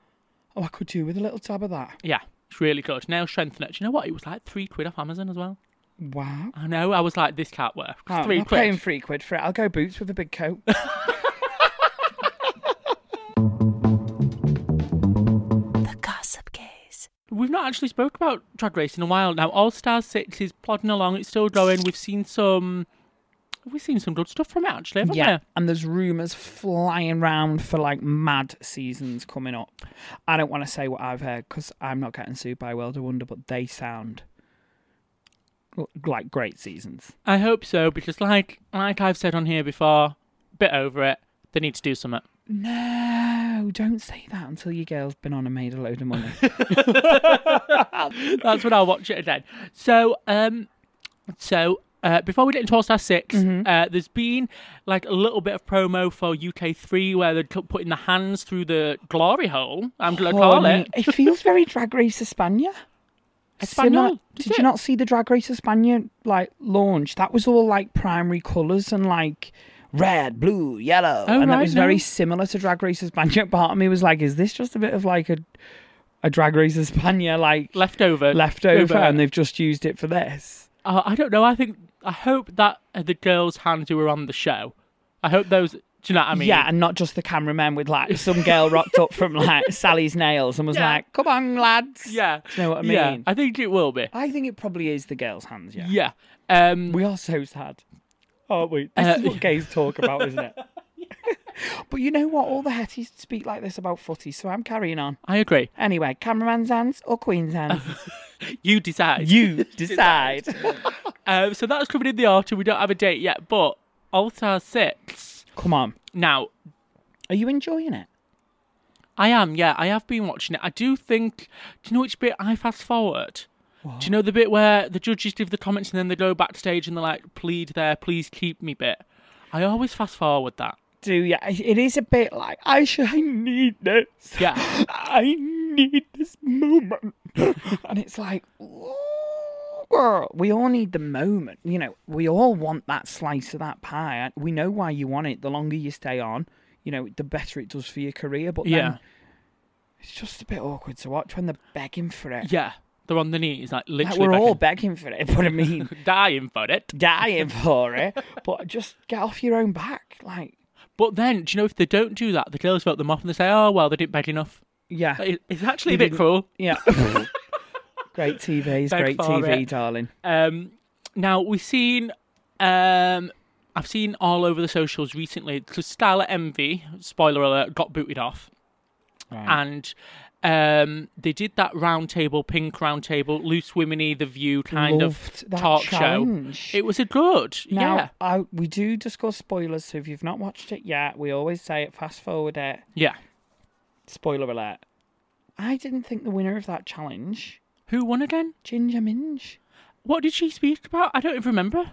Speaker 1: Oh, I could do with a little dab of that.
Speaker 2: Yeah, it's really good. Nail strengthener. Do you know what? It was like three quid off Amazon as well.
Speaker 1: Wow.
Speaker 2: I know. I was like, this can't work.
Speaker 1: Oh, I'm
Speaker 2: Three
Speaker 1: not
Speaker 2: quid.
Speaker 1: paying three quid for it. I'll go boots with a big coat.
Speaker 3: The Gossip Gaze.
Speaker 2: We've not actually spoke about drag race in a while now. All Star Six is plodding along. It's still going. We've seen some. We've seen some good stuff from it actually, haven't
Speaker 1: yeah.
Speaker 2: we?
Speaker 1: And there's rumours flying round for like mad seasons coming up. I don't want to say what I've heard because I'm not getting sued by World of Wonder, but they sound l- like great seasons.
Speaker 2: I hope so because, like, like I've said on here before, bit over it. They need to do something.
Speaker 1: No, don't say that until your girl's been on and made a load of money.
Speaker 2: That's when I'll watch it again. So, um, so uh, before we get into All Star 6
Speaker 1: Mm-hmm.
Speaker 2: uh, there's been like a little bit of promo for UK three where they're cu- putting the hands through the glory hole. I'm gonna call
Speaker 1: Horny.
Speaker 2: it.
Speaker 1: It feels very Drag Race España.
Speaker 2: Espanol,
Speaker 1: Similar-
Speaker 2: does
Speaker 1: Did you
Speaker 2: it?
Speaker 1: not see the Drag Race España like launch? That was all like primary colours and like red, blue, yellow,
Speaker 2: Oh,
Speaker 1: and that
Speaker 2: right,
Speaker 1: was very
Speaker 2: no.
Speaker 1: similar to Drag Race España. Part of me was like, is this just a bit of like a a Drag Race España like
Speaker 2: Leftover.
Speaker 1: leftover,
Speaker 2: Over.
Speaker 1: and they've just used it for this?
Speaker 2: Uh, I don't know. I think I hope that uh, the girls' hands who were on the show. I hope those. Do you know what I mean?
Speaker 1: yeah, and not just the cameramen with like some girl rocked up from like Sally's nails and was
Speaker 2: Yeah.
Speaker 1: like, "Come on, lads."
Speaker 2: Yeah.
Speaker 1: Do you know what I mean?
Speaker 2: Yeah. I think it will be.
Speaker 1: I think it probably is the girls' hands. Yeah.
Speaker 2: Yeah. Um,
Speaker 1: We are so sad, aren't we? This
Speaker 2: Uh,
Speaker 1: is what gays talk about, isn't it? but you know what? All the hetties speak like this about footy, so I'm carrying on.
Speaker 2: I agree.
Speaker 1: Anyway, cameraman's hands or queen's hands?
Speaker 2: You decide.
Speaker 1: you decide.
Speaker 2: Um, so that's coming in the autumn. We don't have a date yet, but All Star 6.
Speaker 1: Come on.
Speaker 2: Now,
Speaker 1: Are you enjoying it?
Speaker 2: I am, yeah, I have been watching it. I do think. Do you know which bit I fast forward? Do you know the bit where the judges give the comments and then they go backstage and they're like, plead there, please keep me bit? I always fast forward that.
Speaker 1: Do you? It is a bit like I should. I need this.
Speaker 2: Yeah.
Speaker 1: I need this moment. and it's like, "Ooh, girl, we all need the moment. You know, we all want that slice of that pie. We know why you want it. The longer you stay on, you know, the better it does for your career. But
Speaker 2: Yeah.
Speaker 1: then it's just a bit awkward to watch when they're begging for it.
Speaker 2: Yeah. They're on the knees, like
Speaker 1: Like,
Speaker 2: literally.
Speaker 1: we're all
Speaker 2: begging-
Speaker 1: begging for it, but I mean,
Speaker 2: dying for it.
Speaker 1: dying for it. But just get off your own back. Like,
Speaker 2: But then, do you know if they don't do that, the girls vote them off and they say, oh, well, they didn't beg enough.
Speaker 1: yeah.
Speaker 2: It- It's actually a
Speaker 1: They
Speaker 2: bit
Speaker 1: didn't-
Speaker 2: cruel.
Speaker 1: Yeah. great TV is
Speaker 2: Beg
Speaker 1: great
Speaker 2: for
Speaker 1: TV,
Speaker 2: it.
Speaker 1: darling.
Speaker 2: Um, now we've seen, um, I've seen all over the socials recently. So Starlet Envy, spoiler alert, got booted off,
Speaker 1: Mm.
Speaker 2: and um, they did that round table, pink round table, loose womeny, the view kind
Speaker 1: Loved
Speaker 2: of
Speaker 1: that
Speaker 2: talk
Speaker 1: challenge.
Speaker 2: show. It was a good,
Speaker 1: Now,
Speaker 2: yeah,
Speaker 1: I, we do discuss spoilers, so if you've not watched it yet, we always say it, fast forward it,
Speaker 2: yeah.
Speaker 1: spoiler alert. I didn't think the winner of that challenge,
Speaker 2: Who won again?
Speaker 1: Ginger Minge.
Speaker 2: What did she speak about? I don't even remember.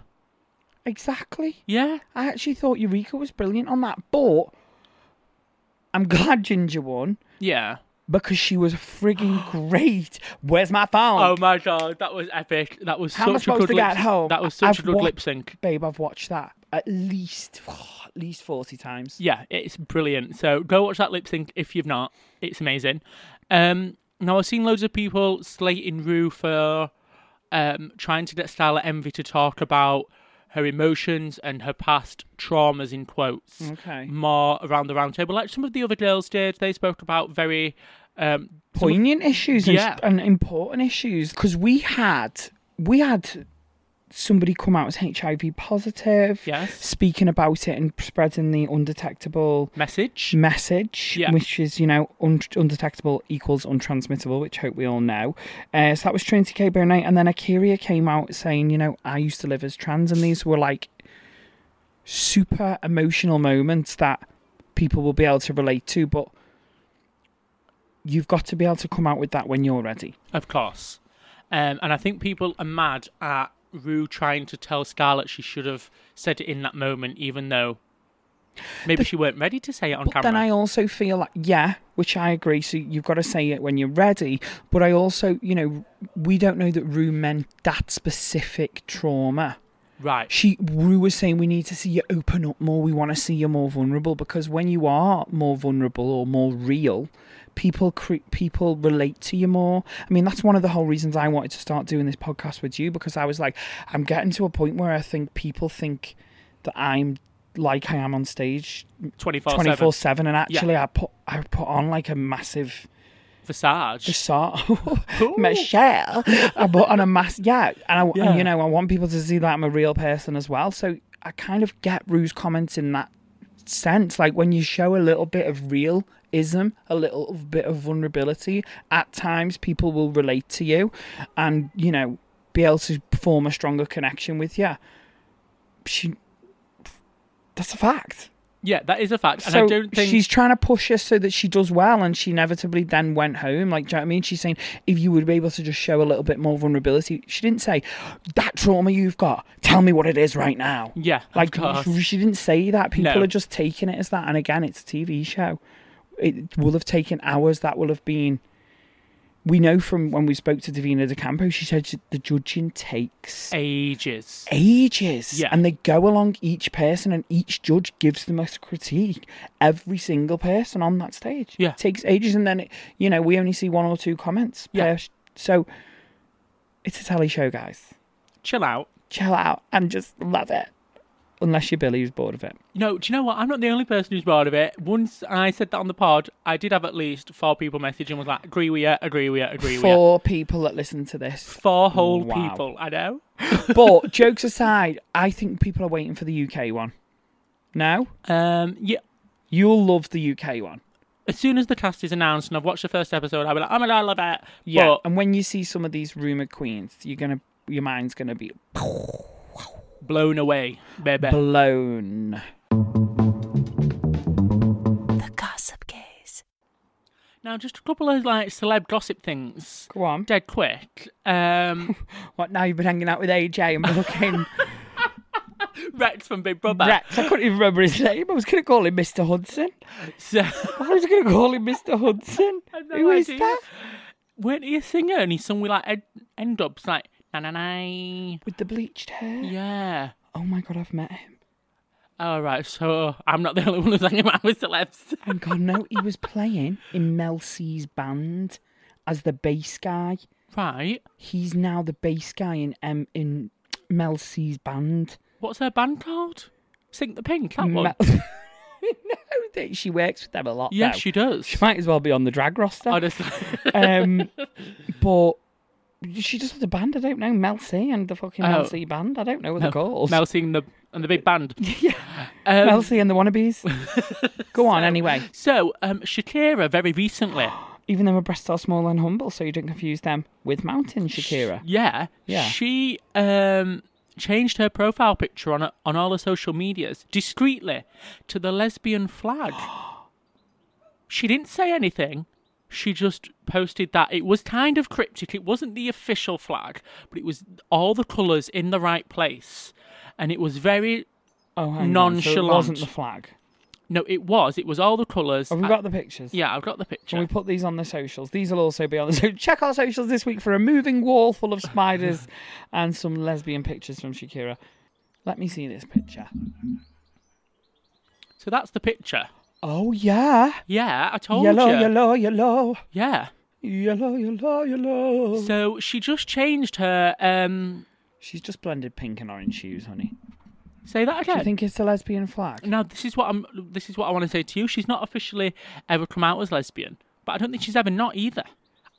Speaker 1: Exactly.
Speaker 2: Yeah,
Speaker 1: I actually thought Eureka was brilliant on that, but I'm glad Ginger won.
Speaker 2: yeah.
Speaker 1: because she was frigging great. Where's my phone?
Speaker 2: Oh my god, that was epic. That was
Speaker 1: How
Speaker 2: such
Speaker 1: am I
Speaker 2: a
Speaker 1: supposed
Speaker 2: good
Speaker 1: to get
Speaker 2: lip-
Speaker 1: home?
Speaker 2: That was such
Speaker 1: I've
Speaker 2: a good
Speaker 1: wa-
Speaker 2: lip sync.
Speaker 1: Babe, I've watched that at least at least 40 times.
Speaker 2: Yeah, it's brilliant. So go watch that lip sync if you've not. It's amazing. Um, now I've seen loads of people slating Rue for um, trying to get Style Envy to talk about her emotions and her past traumas in quotes.
Speaker 1: Okay.
Speaker 2: More around the round table, like some of the other girls did. They spoke about very um, some of-
Speaker 1: Poignant issues and,
Speaker 2: Yeah.
Speaker 1: and important issues because we had we had somebody come out as HIV positive.
Speaker 2: Yes.
Speaker 1: Speaking about it and spreading the undetectable
Speaker 2: message.
Speaker 1: message,
Speaker 2: Yeah.
Speaker 1: which is, you know, un- undetectable equals untransmittable, which hope we all know. Uh, so that was Trinity K. Burnett. And then Akiria came out saying, you know, I used to live as trans. And these were like super emotional moments that people will be able to relate to. But you've got to be able to come out with that when you're ready.
Speaker 2: Of course. Um, and I think people are mad at Rue trying to tell Scarlett she should have said it in that moment, even though maybe she weren't ready to say it on
Speaker 1: But
Speaker 2: camera.
Speaker 1: then I also feel like, yeah, which I agree. So you've got to say it when you're ready. But I also, you know, we don't know that Rue meant that specific trauma.
Speaker 2: Right.
Speaker 1: she Rue was saying we need to see you open up more. We want to see you more vulnerable because when you are more vulnerable or more real, people cre- people relate to you more. I mean, that's one of the whole reasons I wanted to start doing this podcast with you because I was like, I'm getting to a point where I think people think that I'm like I am on stage
Speaker 2: 24
Speaker 1: twenty four
Speaker 2: 7
Speaker 1: seven, and actually I put I put on like a massive
Speaker 2: facade.
Speaker 1: Sort Michelle. I put on a mask. Yeah, and I, and, you know, I want people to see that I'm a real person as well. So I kind of get Rue's comments in that sense. Like when you show a little bit of realism, a little bit of vulnerability, at times people will relate to you, and you know, be able to form a stronger connection with you. She, that's a fact.
Speaker 2: yeah, that is a fact. And
Speaker 1: So
Speaker 2: I don't think.
Speaker 1: she's trying to push her so that she does well, and she inevitably then went home. Like, do you know what I mean? She's saying if you would be able to just show a little bit more vulnerability, she didn't say that trauma you've got. Tell me what it is right now.
Speaker 2: Yeah, of
Speaker 1: like
Speaker 2: course.
Speaker 1: she- she didn't say that. People
Speaker 2: No.
Speaker 1: are just taking it as that, and again, it's a TV show. It will have taken hours. That will have been. We know from when we spoke to Davina De Campo, she said she- the judging takes
Speaker 2: ages.
Speaker 1: ages.
Speaker 2: Yeah.
Speaker 1: And they go along each person and each judge gives them a critique. Every single person on that stage.
Speaker 2: Yeah.
Speaker 1: takes ages and then, it, you know, we only see one or two comments. per
Speaker 2: Yeah.
Speaker 1: sh- so it's a telly show, guys.
Speaker 2: Chill out.
Speaker 1: Chill out and just love it. Unless you're Billy who's bored of it.
Speaker 2: No, do you know what? I'm not the only person who's bored of it. Once I said that on the pod, I did have at least four people message and was like, agree with you, agree with you, agree with you.
Speaker 1: Four people that listen to this.
Speaker 2: Four whole
Speaker 1: Wow.
Speaker 2: people, I know.
Speaker 1: but jokes aside, I think people are waiting for the UK one. No?
Speaker 2: Um, yeah,
Speaker 1: You'll love the UK one.
Speaker 2: as soon as the cast is announced and I've watched the first episode, I'll be like, oh my god, I love it.
Speaker 1: Yeah.
Speaker 2: But
Speaker 1: and when you see some of these rumored queens, you're gonna your mind's gonna be
Speaker 2: blown away, baby.
Speaker 1: blown.
Speaker 3: The Gossip Gaze.
Speaker 2: now, just a couple of like celeb gossip things,
Speaker 1: Go on.
Speaker 2: dead quick. Um,
Speaker 1: What now you've been hanging out with AJ and fucking
Speaker 2: Rex from Big Brother.
Speaker 1: Rex. I couldn't even remember his name. I was gonna call him Mr. Hudson.
Speaker 2: So,
Speaker 1: I was gonna call him Mr. Hudson.
Speaker 2: I've no
Speaker 1: Who is
Speaker 2: idea.
Speaker 1: that?
Speaker 2: weren't he a singer? And he sung with like ed- end ups, like na na na.
Speaker 1: With the bleached hair.
Speaker 2: Yeah.
Speaker 1: Oh my god, I've met him.
Speaker 2: All right. So I'm not the only one who's hanging out with celebs.
Speaker 1: And God no, he was playing in Mel C's band as the bass guy.
Speaker 2: right.
Speaker 1: He's now the bass guy in um, in Mel C's band.
Speaker 2: What's their band called? Sink the Pink. That
Speaker 1: Mel-
Speaker 2: one.
Speaker 1: no, that she works with them a lot.
Speaker 2: Yes,
Speaker 1: though.
Speaker 2: she does.
Speaker 1: She might as well be on the drag roster.
Speaker 2: Honestly.
Speaker 1: Um, but she just has a band. I don't know Mel C and the fucking Mel
Speaker 2: Oh.
Speaker 1: C band. I don't know what
Speaker 2: Mel-
Speaker 1: they're called.
Speaker 2: Mel singing the and the big band.
Speaker 1: yeah,
Speaker 2: Um,
Speaker 1: Mel C and the Wannabes. Go on anyway.
Speaker 2: So, um, Shakira very recently,
Speaker 1: Even though my breasts are small and humble, so you don't confuse them with Mountain Shakira.
Speaker 2: yeah,
Speaker 1: Yeah.
Speaker 2: she um changed her profile picture on on all her social medias discreetly to the lesbian flag. she didn't say anything. She just posted that it was kind of cryptic. It wasn't the official flag, but it was all the colours in the right place, and it was very
Speaker 1: Oh, hang on. So it
Speaker 2: Nonchalant.
Speaker 1: wasn't the flag.
Speaker 2: No, it was. It was all the colours.
Speaker 1: Have we
Speaker 2: I-
Speaker 1: got the pictures?
Speaker 2: Yeah, I've got the picture.
Speaker 1: Can we put these on the socials? These will also be on the so check our socials this week for a moving wall full of spiders and some lesbian pictures from Shakira. Let me see this picture.
Speaker 2: so that's the picture.
Speaker 1: Oh yeah,
Speaker 2: Yeah, I told
Speaker 1: yellow,
Speaker 2: you.
Speaker 1: yellow, yellow,
Speaker 2: Yeah.
Speaker 1: yellow, yellow, yellow.
Speaker 2: So she just changed her. um
Speaker 1: She's just blended pink and orange hues, honey.
Speaker 2: Say that
Speaker 1: Do
Speaker 2: again.
Speaker 1: you think it's a lesbian flag?
Speaker 2: Now this is what I'm. This is what I want to say to you. She's not officially ever come out as lesbian, but I don't think she's ever not either.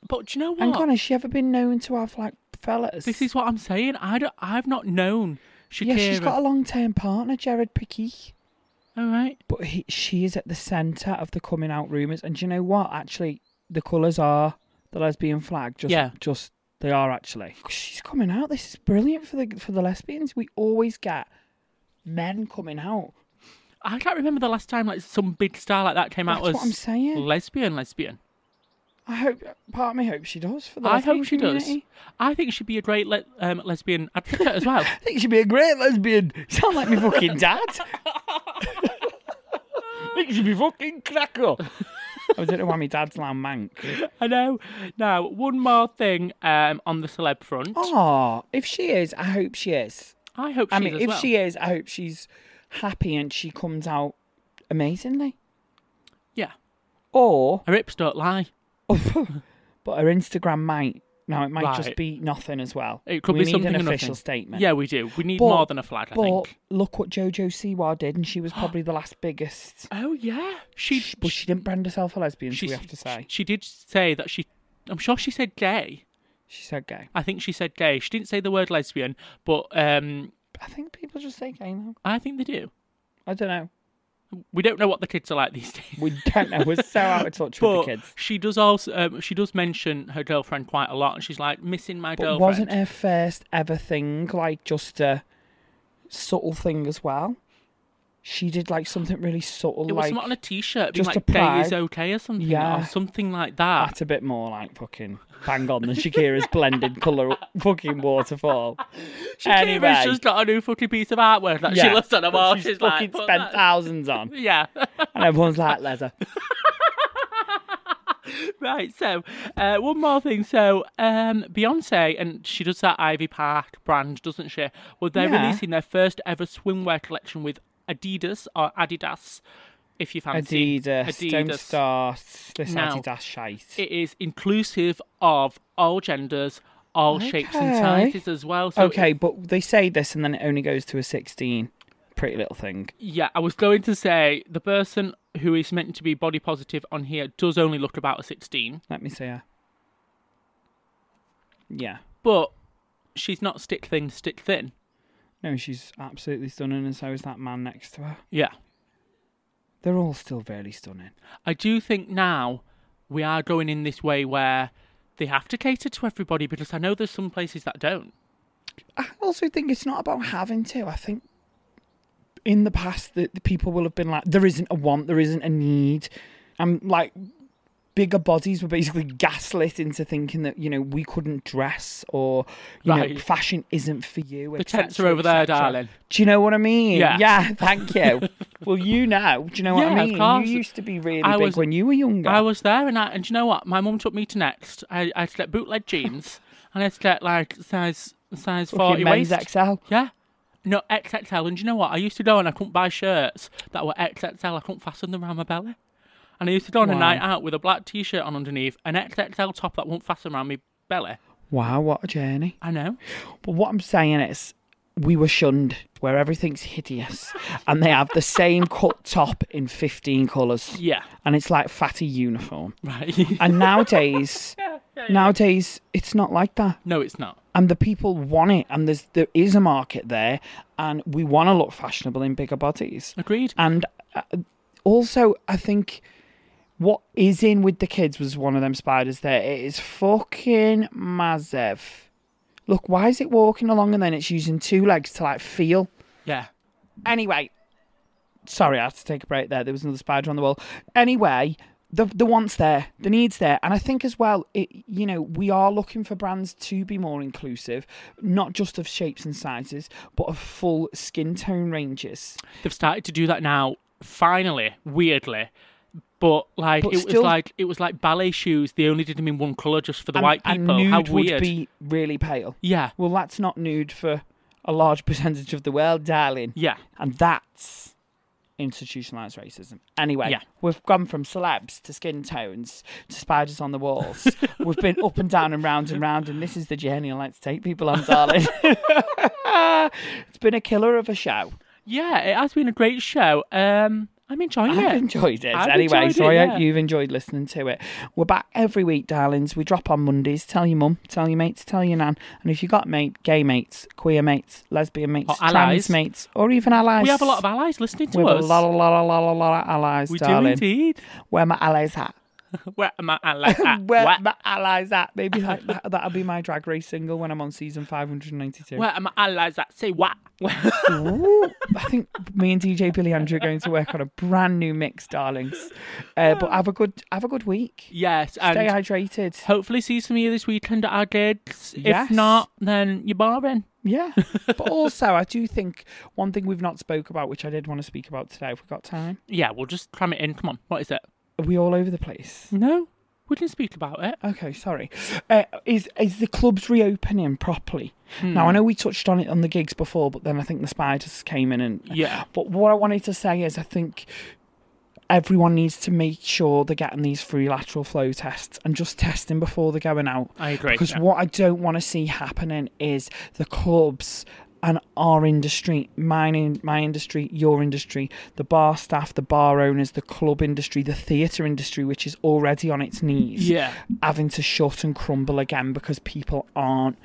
Speaker 2: But do you know what?
Speaker 1: Hang on, has she ever been known to have like fellas?
Speaker 2: This is what I'm saying. I don't, I've not known Shakira.
Speaker 1: yeah, she's got a long-term partner, Jared Pickey.
Speaker 2: All right.
Speaker 1: But he, she is at the centre of the coming out rumours. And do you know what? Actually, the colours are the lesbian flag. Just,
Speaker 2: Yeah.
Speaker 1: just they are actually. She's coming out. This is brilliant for the for the lesbians. We always get men coming out.
Speaker 2: I can't remember the last time like some big star like that came out as
Speaker 1: That's what I'm saying.
Speaker 2: lesbian, lesbian.
Speaker 1: I hope. Part of me hopes she does for the.
Speaker 2: I
Speaker 1: lesbian
Speaker 2: hope she does.
Speaker 1: community.
Speaker 2: I think she'd be a great le- um, lesbian advocate as well.
Speaker 1: I think she'd be a great lesbian. Sound like me fucking dad. I think she'd be fucking cracker. I don't know why my dad's land mank.
Speaker 2: I know. Now, one more thing um, on the celeb front.
Speaker 1: Oh, if she is, I hope she is.
Speaker 2: I hope she
Speaker 1: I mean,
Speaker 2: as
Speaker 1: if
Speaker 2: well.
Speaker 1: she is, I hope she's happy and she comes out amazingly.
Speaker 2: Yeah.
Speaker 1: Or,
Speaker 2: Her hips don't lie.
Speaker 1: but her Instagram might. Now it might just
Speaker 2: Right.
Speaker 1: be nothing as well.
Speaker 2: It could
Speaker 1: we
Speaker 2: be
Speaker 1: need
Speaker 2: something
Speaker 1: an
Speaker 2: or
Speaker 1: official
Speaker 2: nothing.
Speaker 1: statement.
Speaker 2: Yeah, we do. We need
Speaker 1: But-
Speaker 2: more than a flag, I
Speaker 1: but
Speaker 2: think.
Speaker 1: look what JoJo Siwa did, and she was probably the last biggest.
Speaker 2: Oh yeah, she.
Speaker 1: Sh- But she didn't brand herself a lesbian. so
Speaker 2: she-
Speaker 1: we have to say
Speaker 2: she did say that she. I'm sure she said gay.
Speaker 1: she said gay.
Speaker 2: I think she said gay. She didn't say the word lesbian, but um,
Speaker 1: I think people just say gay now.
Speaker 2: I think they do.
Speaker 1: I don't know.
Speaker 2: We don't know what the kids are like these days.
Speaker 1: We don't know. We're so out of touch
Speaker 2: But
Speaker 1: with the kids.
Speaker 2: she does also um, she does mention her girlfriend quite a lot, and she's like missing my
Speaker 1: But
Speaker 2: girlfriend.
Speaker 1: wasn't her first ever thing like just a subtle thing as well? She did like something really subtle,
Speaker 2: It was
Speaker 1: like
Speaker 2: something on a T-shirt, being
Speaker 1: just a
Speaker 2: like "gay is
Speaker 1: pride.
Speaker 2: okay" or something,
Speaker 1: Yeah.
Speaker 2: or something like that.
Speaker 1: that's a bit more like fucking bang on than Shakira's blended color fucking waterfall.
Speaker 2: Shakira's
Speaker 1: anyway,
Speaker 2: just got a new fucking piece of artwork that she
Speaker 1: yeah,
Speaker 2: loves on her wall.
Speaker 1: she's,
Speaker 2: She's,
Speaker 1: fucking
Speaker 2: like, "Put
Speaker 1: spent
Speaker 2: that-"
Speaker 1: thousands on,
Speaker 2: yeah.
Speaker 1: and everyone's like, "Leather."
Speaker 2: Right, so uh, one more thing. So um, Beyonce and she does that Ivy Park brand, doesn't she? Well, they're
Speaker 1: Yeah.
Speaker 2: releasing their first ever swimwear collection with Adidas or Adidas, if you fancy.
Speaker 1: Adidas, don't
Speaker 2: Adidas.
Speaker 1: start this
Speaker 2: Now,
Speaker 1: Adidas shite.
Speaker 2: It is inclusive of all genders, all shapes and
Speaker 1: Okay.
Speaker 2: sizes as well. So
Speaker 1: okay, but they say this, and then it only goes to a sixteen. Pretty little thing.
Speaker 2: Yeah, I was going to say the person who is meant to be body positive on here does only look about a 16,
Speaker 1: Let me see her. Yeah.
Speaker 2: but she's not stick thin, stick thin.
Speaker 1: No, she's absolutely stunning, and so is that man next to her.
Speaker 2: Yeah.
Speaker 1: They're all still very stunning.
Speaker 2: I do think now we are going in this way where they have to cater to everybody because I know there's some places that don't.
Speaker 1: I also think it's not about having to. I think in the past that the people will have been like, there isn't a want, there isn't a need, and like bigger bodies were basically gaslit into thinking that you know we couldn't dress or you know
Speaker 2: Right.
Speaker 1: fashion isn't for you.
Speaker 2: The tents
Speaker 1: etc.,
Speaker 2: are over there,
Speaker 1: etc..
Speaker 2: darling.
Speaker 1: Do you know what I mean?
Speaker 2: Yeah.
Speaker 1: thank you. well, you know. Do you know what
Speaker 2: Yeah,
Speaker 1: I
Speaker 2: of
Speaker 1: mean?
Speaker 2: course.
Speaker 1: You used to be really
Speaker 2: I
Speaker 1: big
Speaker 2: was-
Speaker 1: when you were younger.
Speaker 2: I was there and I, and you know what? My mum took me to next. I, I had to get bootleg jeans and I had to get like size size
Speaker 1: Fucking
Speaker 2: 40
Speaker 1: men's
Speaker 2: waist.
Speaker 1: XL.
Speaker 2: Yeah. No, XXL. And do you know what? I used to go and I couldn't buy shirts that were XXL. I couldn't fasten them around my belly. And I used to go on a
Speaker 1: Wow.
Speaker 2: night out with a black t shirt on underneath, an XXL top that won't fasten around my belly.
Speaker 1: Wow, what a journey.
Speaker 2: I know.
Speaker 1: But what I'm saying is, we were shunned where everything's hideous and they have the same cut top in 15 colours.
Speaker 2: Yeah.
Speaker 1: And it's like fatty uniform.
Speaker 2: Right.
Speaker 1: And nowadays, nowadays, it's not like that.
Speaker 2: no, it's not.
Speaker 1: And the people want it and there's, there is a market there and we want to look fashionable in bigger bodies.
Speaker 2: Agreed.
Speaker 1: And uh, also, I think what is in with the kids was one of them spiders there. It is fucking massive. Look, why is it walking along and then it's using two legs to like feel?
Speaker 2: Yeah.
Speaker 1: Anyway, sorry, I had to take a break there. There was another spider on the wall. Anyway, the the wants there, the needs there, and I think as well, it you know we are looking for brands to be more inclusive, not just of shapes and sizes, but of full skin tone ranges.
Speaker 2: They've started to do that now finally, weirdly. But like
Speaker 1: But
Speaker 2: it
Speaker 1: still-
Speaker 2: was like it was like ballet shoes. They only did them in one color just for the
Speaker 1: And-
Speaker 2: white
Speaker 1: and
Speaker 2: people. How
Speaker 1: nude
Speaker 2: weird!
Speaker 1: would be really pale.
Speaker 2: Yeah,
Speaker 1: Well, that's not nude for a large percentage of the world, darling.
Speaker 2: yeah.
Speaker 1: And that's institutionalized racism. Anyway,
Speaker 2: Yeah.
Speaker 1: we've gone from celebs to skin tones to spiders on the walls. we've been up and down and round and round, and this is the journey I like to take people on, darling. it's been a killer of a show.
Speaker 2: Yeah, it has been a great show. Um, I'm enjoying
Speaker 1: I've
Speaker 2: it.
Speaker 1: enjoyed it
Speaker 2: I've
Speaker 1: anyway,
Speaker 2: enjoyed
Speaker 1: so
Speaker 2: it,
Speaker 1: I
Speaker 2: yeah.
Speaker 1: hope you've enjoyed listening to it. We're back every week, darlings. We drop on Mondays. Tell your mum, tell your mates, tell your nan, and if you got mate, gay mates, queer mates, lesbian mates,
Speaker 2: Or
Speaker 1: trans
Speaker 2: allies.
Speaker 1: mates, or even allies,
Speaker 2: we have a lot of allies listening to
Speaker 1: we have
Speaker 2: us.
Speaker 1: a lot, a lot, a lot, a lot of allies,
Speaker 2: we
Speaker 1: darling.
Speaker 2: do indeed.
Speaker 1: Where my allies at?
Speaker 2: Where am I? I like that.
Speaker 1: Where
Speaker 2: Where-
Speaker 1: my allies at? Maybe like that, that'll be my drag race single when I'm on season 592.
Speaker 2: Where am I? Allies that say what?
Speaker 1: Ooh, I think me and DJ Billy Andrew are going to work on a brand new mix, darlings. Uh, but have a good have a good week.
Speaker 2: yes,
Speaker 1: Stay
Speaker 2: and
Speaker 1: hydrated.
Speaker 2: hopefully see some of you this weekend at our gigs.
Speaker 1: Yes.
Speaker 2: If not, then you're barring.
Speaker 1: Yeah. but also, I do think one thing we've not spoke about, which I did want to speak about today, if we've got time.
Speaker 2: Yeah, we'll just cram it in. Come on, what is it?
Speaker 1: Are we all over the place?
Speaker 2: No, we didn't speak about it.
Speaker 1: Okay, sorry. Uh, is is the clubs reopening properly? Now I
Speaker 2: Hmm.
Speaker 1: know we touched on it on the gigs before, but then I think the spiders came in and
Speaker 2: Yeah.
Speaker 1: But what I wanted to say is, I think everyone needs to make sure they're getting these free lateral flow tests and just testing before they're going out.
Speaker 2: I agree,
Speaker 1: Because
Speaker 2: yeah.
Speaker 1: what I don't want to see happening is the clubs and our industry, mine, in, my industry, your industry, the bar staff, the bar owners, the club industry, the theatre industry, which is already on its knees,
Speaker 2: Yeah.
Speaker 1: having to shut and crumble again because people aren't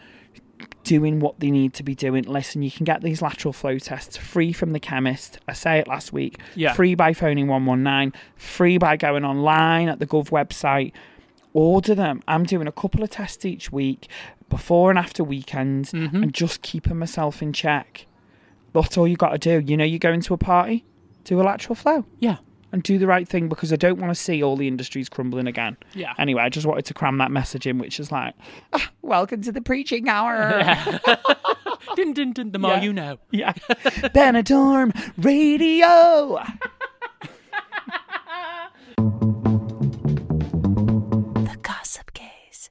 Speaker 1: doing what they need to be doing. Listen, you can get these lateral flow tests free from the chemist. I say it last week.
Speaker 2: Yeah.
Speaker 1: Free by phoning 119, free by going online at the Gov website. Order them. I'm doing a couple of tests each week, before and after weekends,
Speaker 2: Mm-hmm.
Speaker 1: and just keeping myself in check. That's all you got to do. You know, you go into a party, do a lateral flow
Speaker 2: Yeah.
Speaker 1: and do the right thing because I don't want to see all the industries crumbling again.
Speaker 2: Yeah.
Speaker 1: Anyway, I just wanted to cram that message in, which is like, "Ah, welcome to the preaching hour.
Speaker 2: Din din din. The more
Speaker 1: Yeah.
Speaker 2: you know.
Speaker 1: yeah. Benidorm Radio.
Speaker 4: The Gossip Gaze.